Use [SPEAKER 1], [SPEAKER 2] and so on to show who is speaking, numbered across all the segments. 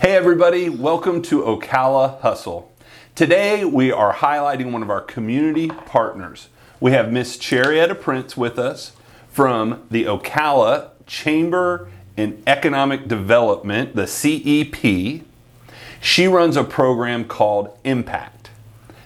[SPEAKER 1] Hey, everybody, welcome to Ocala Hustle. Today, we are highlighting one of our community partners. We have Miss Charietta Prince with us from the Ocala Chamber in Economic Development, the CEP. She runs a program called Impact.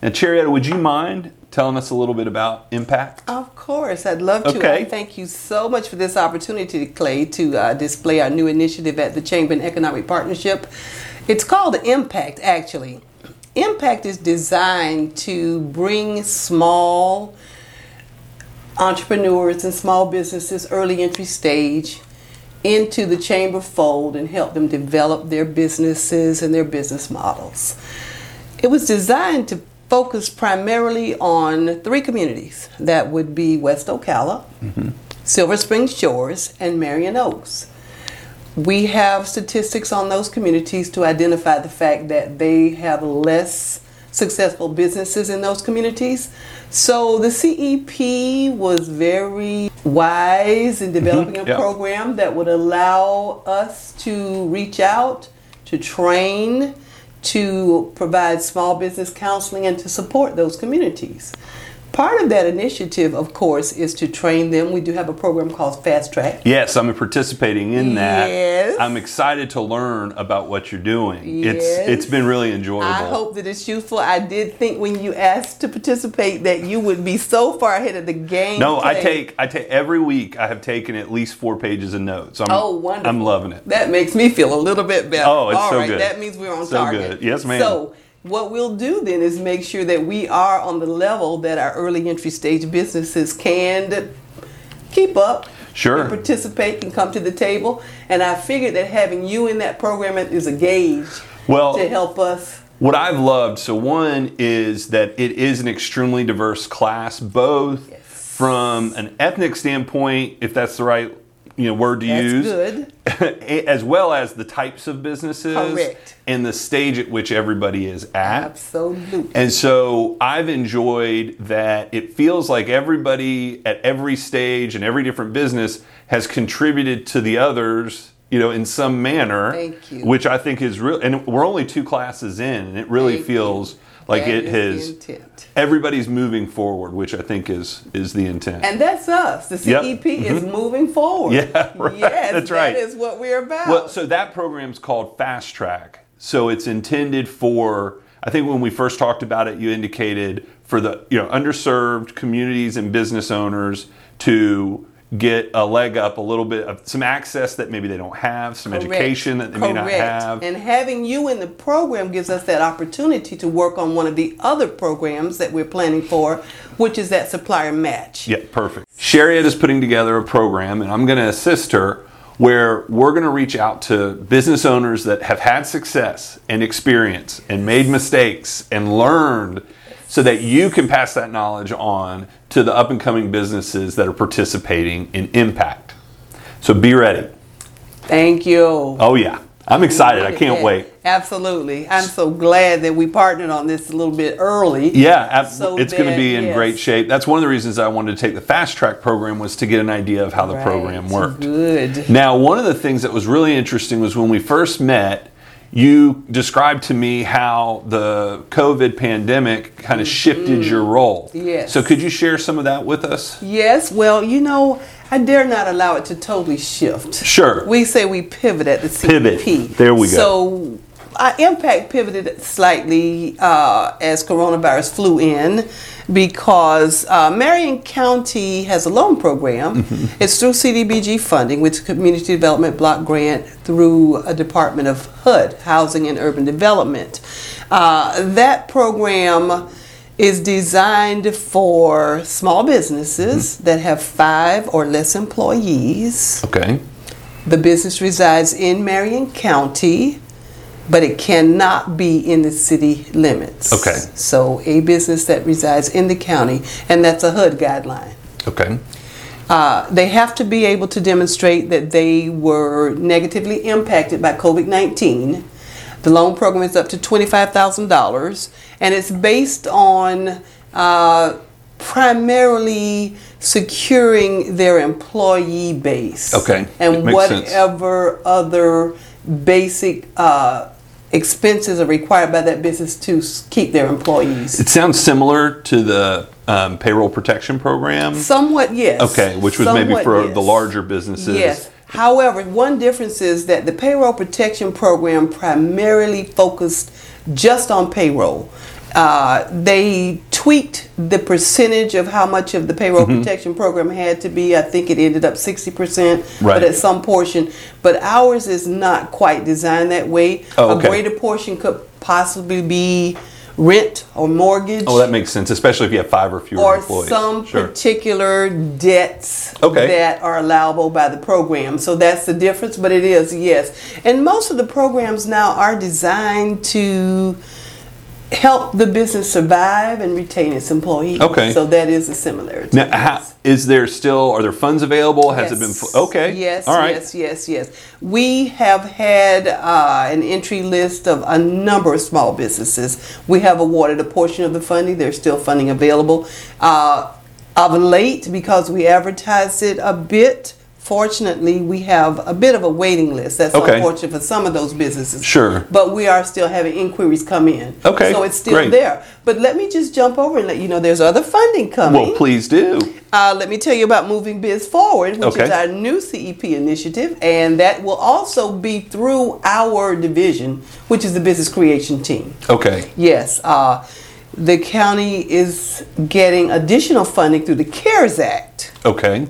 [SPEAKER 1] Now, Charietta, would you mind telling us a little bit about Impact?
[SPEAKER 2] Of course, I'd love to.
[SPEAKER 1] Okay.
[SPEAKER 2] And thank you so much for this opportunity, Clay, to uh, display our new initiative at the Chamber and Economic Partnership. It's called Impact, actually. Impact is designed to bring small entrepreneurs and small businesses, early entry stage, into the chamber fold and help them develop their businesses and their business models. It was designed to focus primarily on three communities that would be West Ocala, Silver Spring Shores, and Marion Oaks. We have statistics on those communities to identify the fact that they have less successful businesses in those communities. So the CEP was very wise in developing a
[SPEAKER 1] Mm-hmm. yeah.
[SPEAKER 2] program that would allow us to reach out, to train, to provide small business counseling, and to support those communities. Part of that initiative, of course, is to train them. We do have a program called Fast Track.
[SPEAKER 1] Yes, I'm participating in that.
[SPEAKER 2] Yes.
[SPEAKER 1] I'm excited to learn about what you're doing.
[SPEAKER 2] Yes.
[SPEAKER 1] It's it's been really enjoyable.
[SPEAKER 2] I hope that it's useful. I did think when you asked to participate that you would be so far ahead of the game.
[SPEAKER 1] No, I
[SPEAKER 2] Clay.
[SPEAKER 1] take I take every week. I have taken at least four pages of notes. I'm,
[SPEAKER 2] Oh, wonderful.
[SPEAKER 1] I'm loving it.
[SPEAKER 2] That makes me feel a little bit better.
[SPEAKER 1] Oh, it's
[SPEAKER 2] All
[SPEAKER 1] so
[SPEAKER 2] right,
[SPEAKER 1] good.
[SPEAKER 2] That means we're on
[SPEAKER 1] So
[SPEAKER 2] target.
[SPEAKER 1] good. Yes, ma'am.
[SPEAKER 2] So what we'll do then is make sure that we are on the level that our early entry stage businesses can keep up.
[SPEAKER 1] Sure.
[SPEAKER 2] And participate and come to the table. And I figured that having you in that program is a gauge
[SPEAKER 1] Well,
[SPEAKER 2] to help us.
[SPEAKER 1] What I've loved, so one is that it is an extremely diverse class, both
[SPEAKER 2] Yes.
[SPEAKER 1] from an ethnic standpoint, if that's the right you know word to
[SPEAKER 2] That's
[SPEAKER 1] use,
[SPEAKER 2] good.
[SPEAKER 1] as well as the types of businesses
[SPEAKER 2] Correct.
[SPEAKER 1] and the stage at which everybody is at.
[SPEAKER 2] Absolutely.
[SPEAKER 1] And so I've enjoyed that it feels like everybody at every stage and every different business has contributed to the others, you know, in some manner.
[SPEAKER 2] Thank you.
[SPEAKER 1] Which I think is real. And we're only two classes in, and it really
[SPEAKER 2] Thank you.
[SPEAKER 1] feels like
[SPEAKER 2] That
[SPEAKER 1] it
[SPEAKER 2] is
[SPEAKER 1] has.
[SPEAKER 2] the intent.
[SPEAKER 1] Everybody's moving forward, which I think is is the intent.
[SPEAKER 2] And that's us. The
[SPEAKER 1] Yep. Mm-hmm.
[SPEAKER 2] CEP is movmoving forward.
[SPEAKER 1] Yeah, right.
[SPEAKER 2] Yes,
[SPEAKER 1] That's right.
[SPEAKER 2] That is what we're about.
[SPEAKER 1] Well, so that program's called Fast Track. So it's intended for. I think when we first talked about it, you indicated for the you know underserved communities and business owners to get a leg up, a little bit of some access that maybe they don't have, some
[SPEAKER 2] Correct.
[SPEAKER 1] education that they may not
[SPEAKER 2] Correct.
[SPEAKER 1] have.
[SPEAKER 2] And having you in the program gives us that opportunity to work on one of the other programs that we're planning for, which is that supplier match.
[SPEAKER 1] Yeah, perfect. Sherriette is putting together a program, and I'm going to assist her where we're going to reach out to business owners that have had success and experience and made mistakes and learned so that you can pass that knowledge on to the up and coming businesses that are participating in Impact. So be ready.
[SPEAKER 2] Thank you.
[SPEAKER 1] Oh, yeah. I'm excited. I
[SPEAKER 2] Look at
[SPEAKER 1] can't
[SPEAKER 2] that.
[SPEAKER 1] wait.
[SPEAKER 2] Absolutely. I'm so glad that we partnered on this a little bit early.
[SPEAKER 1] Yeah, ab-
[SPEAKER 2] So
[SPEAKER 1] it's going to
[SPEAKER 2] that-
[SPEAKER 1] be in
[SPEAKER 2] yes.
[SPEAKER 1] great shape. That's one of the reasons I wanted to take the fast track program was to get an idea of how the
[SPEAKER 2] Right.
[SPEAKER 1] program worked.
[SPEAKER 2] Good.
[SPEAKER 1] Now, one of the things that was really interesting was when we first met, you described to me how the COVID pandemic kind of shifted your role.
[SPEAKER 2] Mm-hmm. Yes.
[SPEAKER 1] So, could you share some of that with us?
[SPEAKER 2] Yes, well, you know, I dare not allow it to totally shift.
[SPEAKER 1] Sure.
[SPEAKER 2] We say we pivot at the CEP.
[SPEAKER 1] Pivot. There we go.
[SPEAKER 2] So our impact pivoted slightly uh, as coronavirus flew in because uh, Marion County has a loan program. It's through CDBG funding, which is Community Development Block Grant through a Department of HUD, Housing and Urban Development. Uh, that program is designed for small businesses that have five or less employees.
[SPEAKER 1] Okay.
[SPEAKER 2] The business resides in Marion County, but it cannot be in the city limits.
[SPEAKER 1] Okay.
[SPEAKER 2] So a business that resides in the county, and that's a HUD guideline.
[SPEAKER 1] Okay.
[SPEAKER 2] Uh, they have to be able to demonstrate that they were negatively impacted by COVID 19. The loan program is up to $25,000 and it's based on uh, primarily securing their employee base.
[SPEAKER 1] Okay. It
[SPEAKER 2] And
[SPEAKER 1] makes sense.
[SPEAKER 2] whatever other basic uh, expenses are required by that business to s- keep their employees.
[SPEAKER 1] It sounds similar to the um, payroll protection program.
[SPEAKER 2] Somewhat, yes.
[SPEAKER 1] Okay, which was maybe
[SPEAKER 2] Somewhat,
[SPEAKER 1] for
[SPEAKER 2] yes.
[SPEAKER 1] the larger businesses.
[SPEAKER 2] Yes. However, one difference is that the payroll protection program primarily focused just on payroll. Uh, they tweaked the percentage of how much of the payroll
[SPEAKER 1] Mm-hmm.
[SPEAKER 2] protection program had to be. I think it ended up 60%,
[SPEAKER 1] Right.
[SPEAKER 2] but at some portion. But ours is not quite designed that way.
[SPEAKER 1] Oh, okay.
[SPEAKER 2] A greater portion could possibly be rent or mortgage
[SPEAKER 1] Oh, that makes sense, especially if you have five or fewer
[SPEAKER 2] or
[SPEAKER 1] employees.
[SPEAKER 2] some
[SPEAKER 1] sure.
[SPEAKER 2] particular debts
[SPEAKER 1] Okay.
[SPEAKER 2] that are allowable by the program. So that's the difference, but it is, yes. And most of the programs now are designed to help the business survive and retain its employees.
[SPEAKER 1] Okay.
[SPEAKER 2] So that is a similarity.
[SPEAKER 1] Now, how, is there still are there funds available? Has it been
[SPEAKER 2] Yes.
[SPEAKER 1] fu- okay?
[SPEAKER 2] Yes.
[SPEAKER 1] All right.
[SPEAKER 2] Yes. Yes. Yes. We have had uh, an entry list of a number of small businesses. We have awarded a portion of the funding. There's still funding available. Uh, of late, because we advertised it a bit. Fortunately, we have a bit of a waiting list. That's
[SPEAKER 1] Okay.
[SPEAKER 2] unfortunate for some of those businesses.
[SPEAKER 1] Sure.
[SPEAKER 2] But we are still having inquiries come in.
[SPEAKER 1] Okay,
[SPEAKER 2] So it's still
[SPEAKER 1] great.
[SPEAKER 2] there. But let me just jump over and let you know there's other funding coming.
[SPEAKER 1] Well, please do.
[SPEAKER 2] Uh, let me tell you about Moving Biz Forward, which
[SPEAKER 1] Okay.
[SPEAKER 2] is our new CEP initiative, and that will also be through our division, which is the Business Creation Team.
[SPEAKER 1] Okay.
[SPEAKER 2] Yes, uh, the county is getting additional funding through the CARES Act.
[SPEAKER 1] Okay.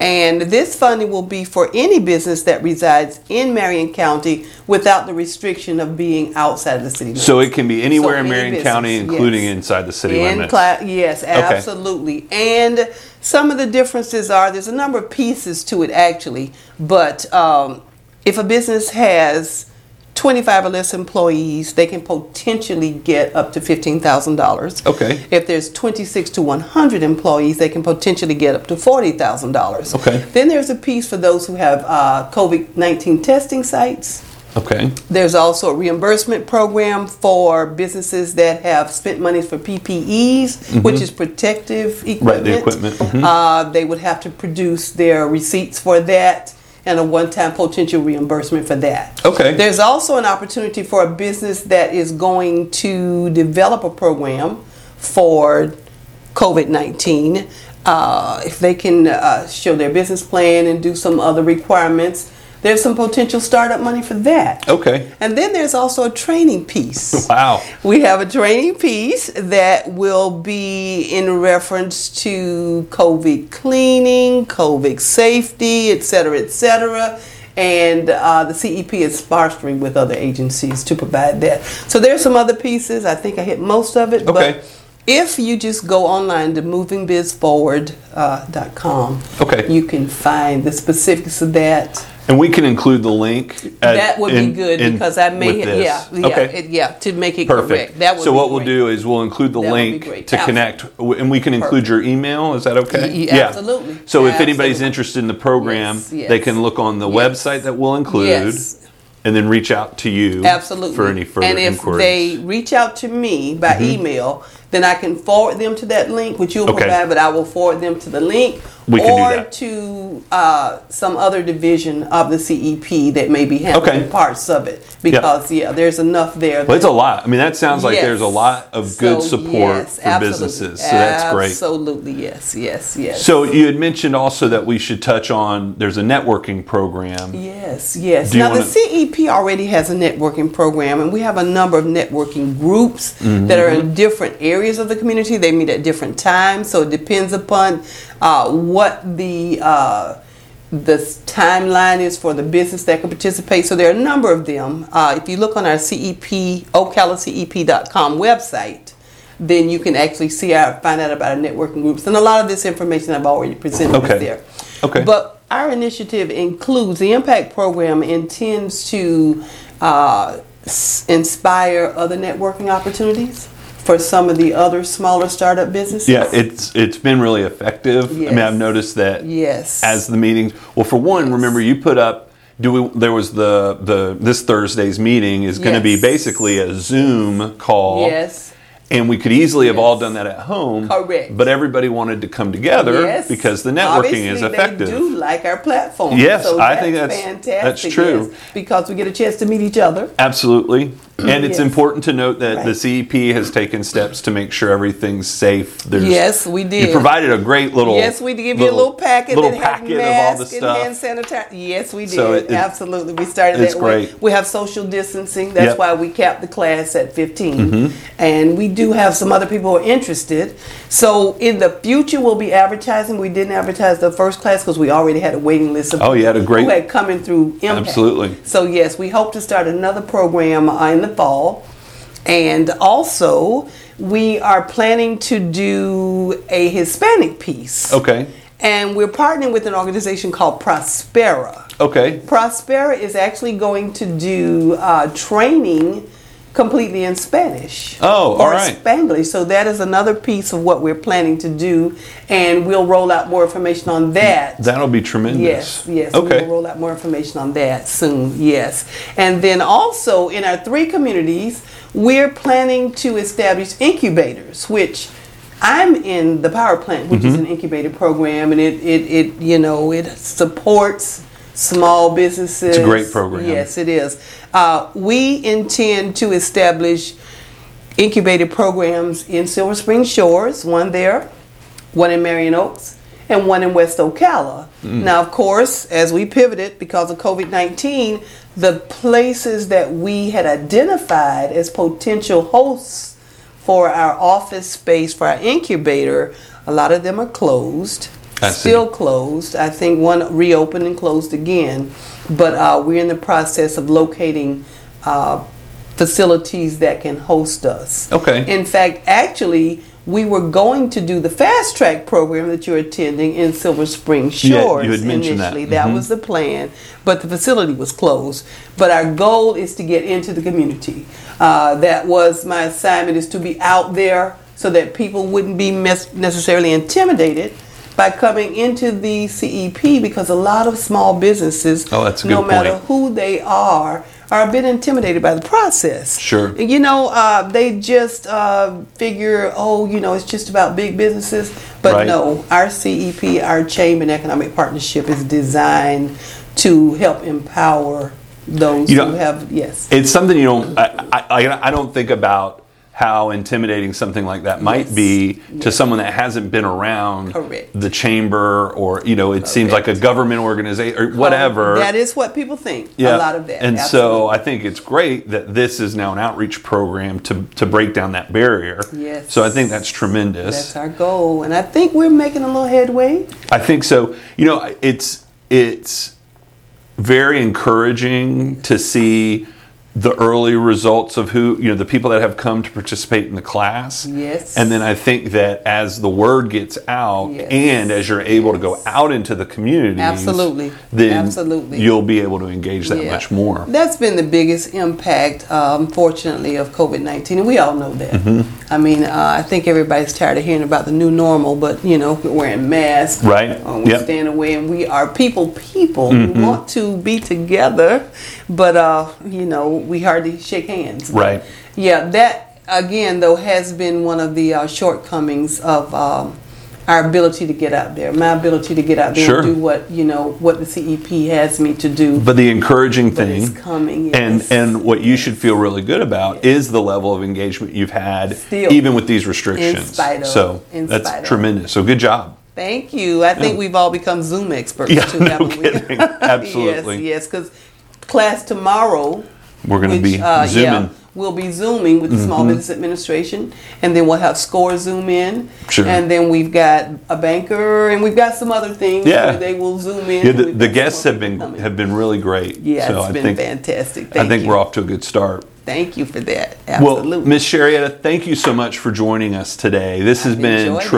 [SPEAKER 2] And this funding will be for any business that resides in Marion County without the restriction of being outside of the city. limits.
[SPEAKER 1] So it can be anywhere
[SPEAKER 2] So
[SPEAKER 1] in
[SPEAKER 2] any
[SPEAKER 1] Marion
[SPEAKER 2] business,
[SPEAKER 1] County, including
[SPEAKER 2] yes.
[SPEAKER 1] inside the city
[SPEAKER 2] In
[SPEAKER 1] limits.
[SPEAKER 2] cla- yes, absolutely. And some of the differences are there's a number of pieces to it actually, but um, if a business has 25 or less employees, they can potentially get up to $15,000.
[SPEAKER 1] Okay.
[SPEAKER 2] If there's 26 to 100 employees, they can potentially get up to $40,000.
[SPEAKER 1] Okay.
[SPEAKER 2] Then there's a piece for those who have uh, COVID 19 testing sites.
[SPEAKER 1] okay.
[SPEAKER 2] There's also a reimbursement program for businesses that have spent money for PPEs, which is protective equipment.
[SPEAKER 1] Mm-hmm. Right, the equipment, mhm.
[SPEAKER 2] Uh, they would have to produce their receipts for that and a one-time potential reimbursement for that.
[SPEAKER 1] Okay.
[SPEAKER 2] There's also an opportunity for a business that is going to develop a program for COVID-19. Uh, if they can uh, show their business plan and do some other requirements, there's some potential startup money for that.
[SPEAKER 1] Okay.
[SPEAKER 2] And then there's also a training piece.
[SPEAKER 1] Wow.
[SPEAKER 2] We have a training piece that will be in reference to COVID cleaning, COVID safety, et cetera, et cetera. And uh, the CEP is sponsoring with other agencies to provide that. So there's some other pieces. I think I hit most of it.
[SPEAKER 1] Okay.
[SPEAKER 2] But if you just go online to movingbizforward.com,
[SPEAKER 1] Okay.
[SPEAKER 2] you can find the specifics of that.
[SPEAKER 1] And we can include the link. at-
[SPEAKER 2] That would
[SPEAKER 1] in-
[SPEAKER 2] be good
[SPEAKER 1] in-
[SPEAKER 2] because I may,
[SPEAKER 1] with this.
[SPEAKER 2] yeah, yeah,
[SPEAKER 1] okay.
[SPEAKER 2] it- yeah, to make it
[SPEAKER 1] Perfect.
[SPEAKER 2] correct. That would
[SPEAKER 1] so
[SPEAKER 2] be
[SPEAKER 1] what we'll
[SPEAKER 2] great.
[SPEAKER 1] do is we'll include the
[SPEAKER 2] That would be
[SPEAKER 1] link
[SPEAKER 2] great.
[SPEAKER 1] to
[SPEAKER 2] Absolutely.
[SPEAKER 1] connect, w- and we can include your email. Is that okay?
[SPEAKER 2] Y- y- absolutely.
[SPEAKER 1] So if anybody's
[SPEAKER 2] Absolutely.
[SPEAKER 1] interested in the program,
[SPEAKER 2] Yes, yes.
[SPEAKER 1] they can look on the
[SPEAKER 2] Yes.
[SPEAKER 1] website that we'll include,
[SPEAKER 2] Yes.
[SPEAKER 1] and then reach out to you
[SPEAKER 2] Absolutely.
[SPEAKER 1] for any further
[SPEAKER 2] And if
[SPEAKER 1] inquiries. Mm-hmm.
[SPEAKER 2] they reach out to me by email, then I can forward them to that link, which you'll
[SPEAKER 1] Okay.
[SPEAKER 2] provide, but I will forward them to the link.
[SPEAKER 1] We
[SPEAKER 2] or
[SPEAKER 1] can do that.
[SPEAKER 2] to uh, some other division of the CEP that may be handling
[SPEAKER 1] Okay.
[SPEAKER 2] parts of it. Because, yeah, there's enough there.
[SPEAKER 1] well, it's
[SPEAKER 2] that-
[SPEAKER 1] a lot. I mean, that sounds like
[SPEAKER 2] Yes.
[SPEAKER 1] there's a lot of good
[SPEAKER 2] So,
[SPEAKER 1] support
[SPEAKER 2] yes,
[SPEAKER 1] for
[SPEAKER 2] absolutely.
[SPEAKER 1] businesses. So that's great.
[SPEAKER 2] Absolutely, yes, yes, yes.
[SPEAKER 1] So you had mentioned also that we should touch on there's a networking program.
[SPEAKER 2] Yes, yes.
[SPEAKER 1] Do you
[SPEAKER 2] now,
[SPEAKER 1] wanna-
[SPEAKER 2] the CEP already has a networking program, and we have a number of networking groups that are
[SPEAKER 1] Mm-hmm.
[SPEAKER 2] in different areas of the community. They meet at different times, so it depends upon uh, what the uh, the s- timeline is for the business that can participate. So there are a number of them. Uh, if you look on our CEP, E ocalacep.com website, then you can actually see our, find out about our networking groups. And a lot of this information I've already presented
[SPEAKER 1] Okay.
[SPEAKER 2] is there.
[SPEAKER 1] Okay.
[SPEAKER 2] But our initiative includes the impact program intends to uh, s- inspire other networking opportunities for some of the other smaller startup businesses.
[SPEAKER 1] Yeah, it's it's been really effective. I mean,
[SPEAKER 2] Yes.
[SPEAKER 1] I've noticed that
[SPEAKER 2] yes.
[SPEAKER 1] as the meetings. Well, for one, remember you put up. Do we, there was the the this Thursday's meeting is going to be
[SPEAKER 2] Yes.
[SPEAKER 1] basically a Zoom call.
[SPEAKER 2] Yes.
[SPEAKER 1] And we could easily have all
[SPEAKER 2] Yes.
[SPEAKER 1] done that at home.
[SPEAKER 2] Correct.
[SPEAKER 1] But everybody wanted to come together
[SPEAKER 2] Yes.
[SPEAKER 1] because the networking is
[SPEAKER 2] Obviously,
[SPEAKER 1] effective.
[SPEAKER 2] They do like our platform.
[SPEAKER 1] Yes,
[SPEAKER 2] so
[SPEAKER 1] I think that's-
[SPEAKER 2] fantastic.
[SPEAKER 1] that's true.
[SPEAKER 2] yes, because we get a chance to meet each other.
[SPEAKER 1] Absolutely. And it's
[SPEAKER 2] Yes.
[SPEAKER 1] important to note that the
[SPEAKER 2] Right.
[SPEAKER 1] CEP has taken steps to make sure everything's safe. There's,
[SPEAKER 2] Yes, we did.
[SPEAKER 1] You provided a great little.
[SPEAKER 2] Yes, we did give you a little packet
[SPEAKER 1] little
[SPEAKER 2] that
[SPEAKER 1] packet
[SPEAKER 2] had
[SPEAKER 1] of
[SPEAKER 2] masks
[SPEAKER 1] all the
[SPEAKER 2] and
[SPEAKER 1] stuff.
[SPEAKER 2] hand sanitizer. Yes, we did.
[SPEAKER 1] So it- it-
[SPEAKER 2] Absolutely, we started
[SPEAKER 1] it's
[SPEAKER 2] that way.
[SPEAKER 1] great.
[SPEAKER 2] We have social distancing.
[SPEAKER 1] Yep. Mm-hmm.
[SPEAKER 2] That's why we capped the class at 15 and we do have some other people who are interested. So in the future, we'll be advertising. We didn't advertise the first class because we already had a waiting list. Of
[SPEAKER 1] Oh, you had a great-
[SPEAKER 2] who had coming through. Impact.
[SPEAKER 1] Absolutely.
[SPEAKER 2] So yes, we hope to start another program uh, in the fall. And also, we are planning to do a Hispanic piece.
[SPEAKER 1] Okay.
[SPEAKER 2] And we're partnering with an organization called Prospera.
[SPEAKER 1] Okay.
[SPEAKER 2] Prospera is actually going to do uh, training completely in Spanish.
[SPEAKER 1] Oh, all
[SPEAKER 2] or
[SPEAKER 1] right.
[SPEAKER 2] Spanglish. So that is another piece of what we're planning to do, and we'll roll out more information on that.
[SPEAKER 1] That'll be tremendous.
[SPEAKER 2] Yes, yes.
[SPEAKER 1] Okay.
[SPEAKER 2] We'll roll out more information on that soon. Yes. And then also in our three communities, we're planning to establish incubators, which I'm in the power plant, which
[SPEAKER 1] Mm-hmm.
[SPEAKER 2] is an incubator program, and it, it, it you know it supports small businesses.
[SPEAKER 1] great program.
[SPEAKER 2] Yes, it is. Uh, we intend to establish incubator programs in Silver Spring Shores, one there, one in Marion Oaks, and one in West Ocala.
[SPEAKER 1] Mm.
[SPEAKER 2] Now, of course, as we pivoted because of COVID 19, the places that we had identified as potential hosts for our office space for our incubator, a lot of them are closed.
[SPEAKER 1] I see.
[SPEAKER 2] Still closed. I think one reopened and closed again. But uh, we're in the process of locating uh, facilities that can host us.
[SPEAKER 1] Okay.
[SPEAKER 2] In fact, actually, we were going to do the fast track program that you're attending in Silver Spring
[SPEAKER 1] Yeah, you
[SPEAKER 2] Shores
[SPEAKER 1] had mentioned that.
[SPEAKER 2] initially. That was the plan, but the facility was closed. But our goal is to get into the community. Uh, that was my assignment is to be out there so that people wouldn't be mes- necessarily intimidated by coming into the CEP because a lot of small businesses,
[SPEAKER 1] Oh, that's a
[SPEAKER 2] no
[SPEAKER 1] good
[SPEAKER 2] matter
[SPEAKER 1] point.
[SPEAKER 2] who they are, are a bit intimidated by the process.
[SPEAKER 1] Sure.
[SPEAKER 2] You know, uh, they just uh, figure, oh, you know, it's just about big businesses. But
[SPEAKER 1] Right.
[SPEAKER 2] no, our CEP, our Chamber and Economic Partnership, is designed to help empower those
[SPEAKER 1] You know-
[SPEAKER 2] who have, yes.
[SPEAKER 1] It's something you don't. I, I- I, I don't think about how intimidating something like that might
[SPEAKER 2] Yes.
[SPEAKER 1] be to someone that hasn't been around
[SPEAKER 2] Correct.
[SPEAKER 1] the chamber or you know it seems like a government organization or whatever.
[SPEAKER 2] Um, That is what people think. A lot of that.
[SPEAKER 1] And
[SPEAKER 2] absolutely.
[SPEAKER 1] so I think it's great that this is now an outreach program to, to break down that barrier.
[SPEAKER 2] Yes.
[SPEAKER 1] So I think that's tremendous.
[SPEAKER 2] That's our goal. And I think we're making a little headway.
[SPEAKER 1] I think so. You know, it's it's very encouraging to see the early results of who you know the people that have come to participate in the class.
[SPEAKER 2] Yes.
[SPEAKER 1] And then I think that as the word gets out
[SPEAKER 2] Yes.
[SPEAKER 1] and as you're able to go
[SPEAKER 2] Yes.
[SPEAKER 1] out into the community,
[SPEAKER 2] Absolutely.
[SPEAKER 1] then
[SPEAKER 2] Absolutely.
[SPEAKER 1] you'll be able to engage that much more.
[SPEAKER 2] That's been the biggest impact, um, fortunately, of COVID 19. And we all know that.
[SPEAKER 1] Mm-hmm.
[SPEAKER 2] I mean, uh, I think everybody's tired of hearing about the new normal, but, you know, we're wearing masks.
[SPEAKER 1] Right.
[SPEAKER 2] Uh, we're
[SPEAKER 1] Yep. Mm-hmm.
[SPEAKER 2] staying away, and we are people, people. We want to be together, but, uh, you know, we hardly shake hands.
[SPEAKER 1] Right.
[SPEAKER 2] Yeah, that, again, though, has been one of the uh, shortcomings of. Um, our ability to get out there, my ability to get out there
[SPEAKER 1] Sure.
[SPEAKER 2] and do what you know what the CEP has me to do.
[SPEAKER 1] But the encouraging
[SPEAKER 2] But
[SPEAKER 1] thing
[SPEAKER 2] it's coming, yes.
[SPEAKER 1] and and what you should feel really good about is the level of engagement you've had
[SPEAKER 2] Still.
[SPEAKER 1] even with these restrictions.
[SPEAKER 2] spite of,
[SPEAKER 1] so
[SPEAKER 2] in
[SPEAKER 1] that's
[SPEAKER 2] spite of.
[SPEAKER 1] tremendous. So good job.
[SPEAKER 2] Thank you. I think we've all become Zoom experts
[SPEAKER 1] Yeah,
[SPEAKER 2] too,
[SPEAKER 1] no
[SPEAKER 2] haven't we?
[SPEAKER 1] kidding. Absolutely.
[SPEAKER 2] yes, yes. Because class tomorrow,
[SPEAKER 1] We're gonna
[SPEAKER 2] which,
[SPEAKER 1] be
[SPEAKER 2] uh, Yeah,
[SPEAKER 1] zooming. Mm-hmm.
[SPEAKER 2] we'll be zooming with the Small Business Administration, and then we'll have SCORE zoom in.
[SPEAKER 1] Sure.
[SPEAKER 2] And then we've got a banker, and we've got some other things
[SPEAKER 1] Yeah.
[SPEAKER 2] where they will zoom in.
[SPEAKER 1] Yeah,
[SPEAKER 2] and
[SPEAKER 1] the,
[SPEAKER 2] we've
[SPEAKER 1] the
[SPEAKER 2] got
[SPEAKER 1] guests
[SPEAKER 2] some
[SPEAKER 1] have
[SPEAKER 2] more
[SPEAKER 1] been
[SPEAKER 2] coming.
[SPEAKER 1] have been really great.
[SPEAKER 2] Yeah,
[SPEAKER 1] so
[SPEAKER 2] it's
[SPEAKER 1] I
[SPEAKER 2] been
[SPEAKER 1] think
[SPEAKER 2] fantastic. Thank
[SPEAKER 1] I think
[SPEAKER 2] you.
[SPEAKER 1] we're off to a good start.
[SPEAKER 2] Thank you for that.
[SPEAKER 1] Well,
[SPEAKER 2] Absolutely.
[SPEAKER 1] Miss Sherrietta, thank you so much for joining us today. This has
[SPEAKER 2] I've
[SPEAKER 1] been
[SPEAKER 2] enjoyed it.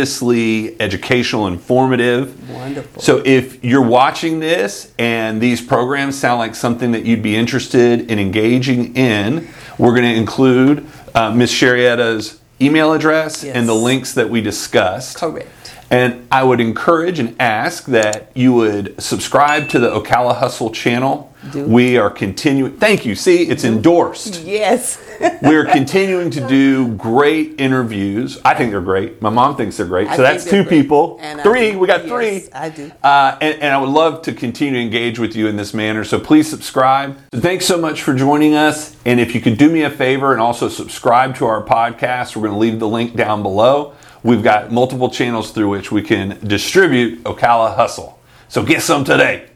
[SPEAKER 1] tremendously educational, informative.
[SPEAKER 2] Wonderful.
[SPEAKER 1] So, if you're watching this and these programs sound like something that you'd be interested in engaging in, we're going to include uh, Miss Sherrietta's email address
[SPEAKER 2] Yes.
[SPEAKER 1] and the links that we discussed.
[SPEAKER 2] Correct.
[SPEAKER 1] And I would encourage and ask that you would subscribe to the Ocala Hustle channel.
[SPEAKER 2] Do.
[SPEAKER 1] We are continuing. Thank you. See, it's endorsed.
[SPEAKER 2] yes.
[SPEAKER 1] we are continuing to do great interviews. I think they're great. My mom thinks they're great.
[SPEAKER 2] I
[SPEAKER 1] so that's
[SPEAKER 2] think they're
[SPEAKER 1] two
[SPEAKER 2] great.
[SPEAKER 1] people.
[SPEAKER 2] And I
[SPEAKER 1] three.
[SPEAKER 2] do.
[SPEAKER 1] we got
[SPEAKER 2] Yes,
[SPEAKER 1] three.
[SPEAKER 2] I do.
[SPEAKER 1] Uh, and, and I would love to continue to engage with you in this manner. So please subscribe. So thanks so much for joining us. And if you could do me a favor and also subscribe to our podcast, we're going to leave the link down below. We've got multiple channels through which we can distribute Ocala Hustle. So get some today.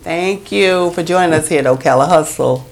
[SPEAKER 2] Thank you for joining us here at Ocala Hustle.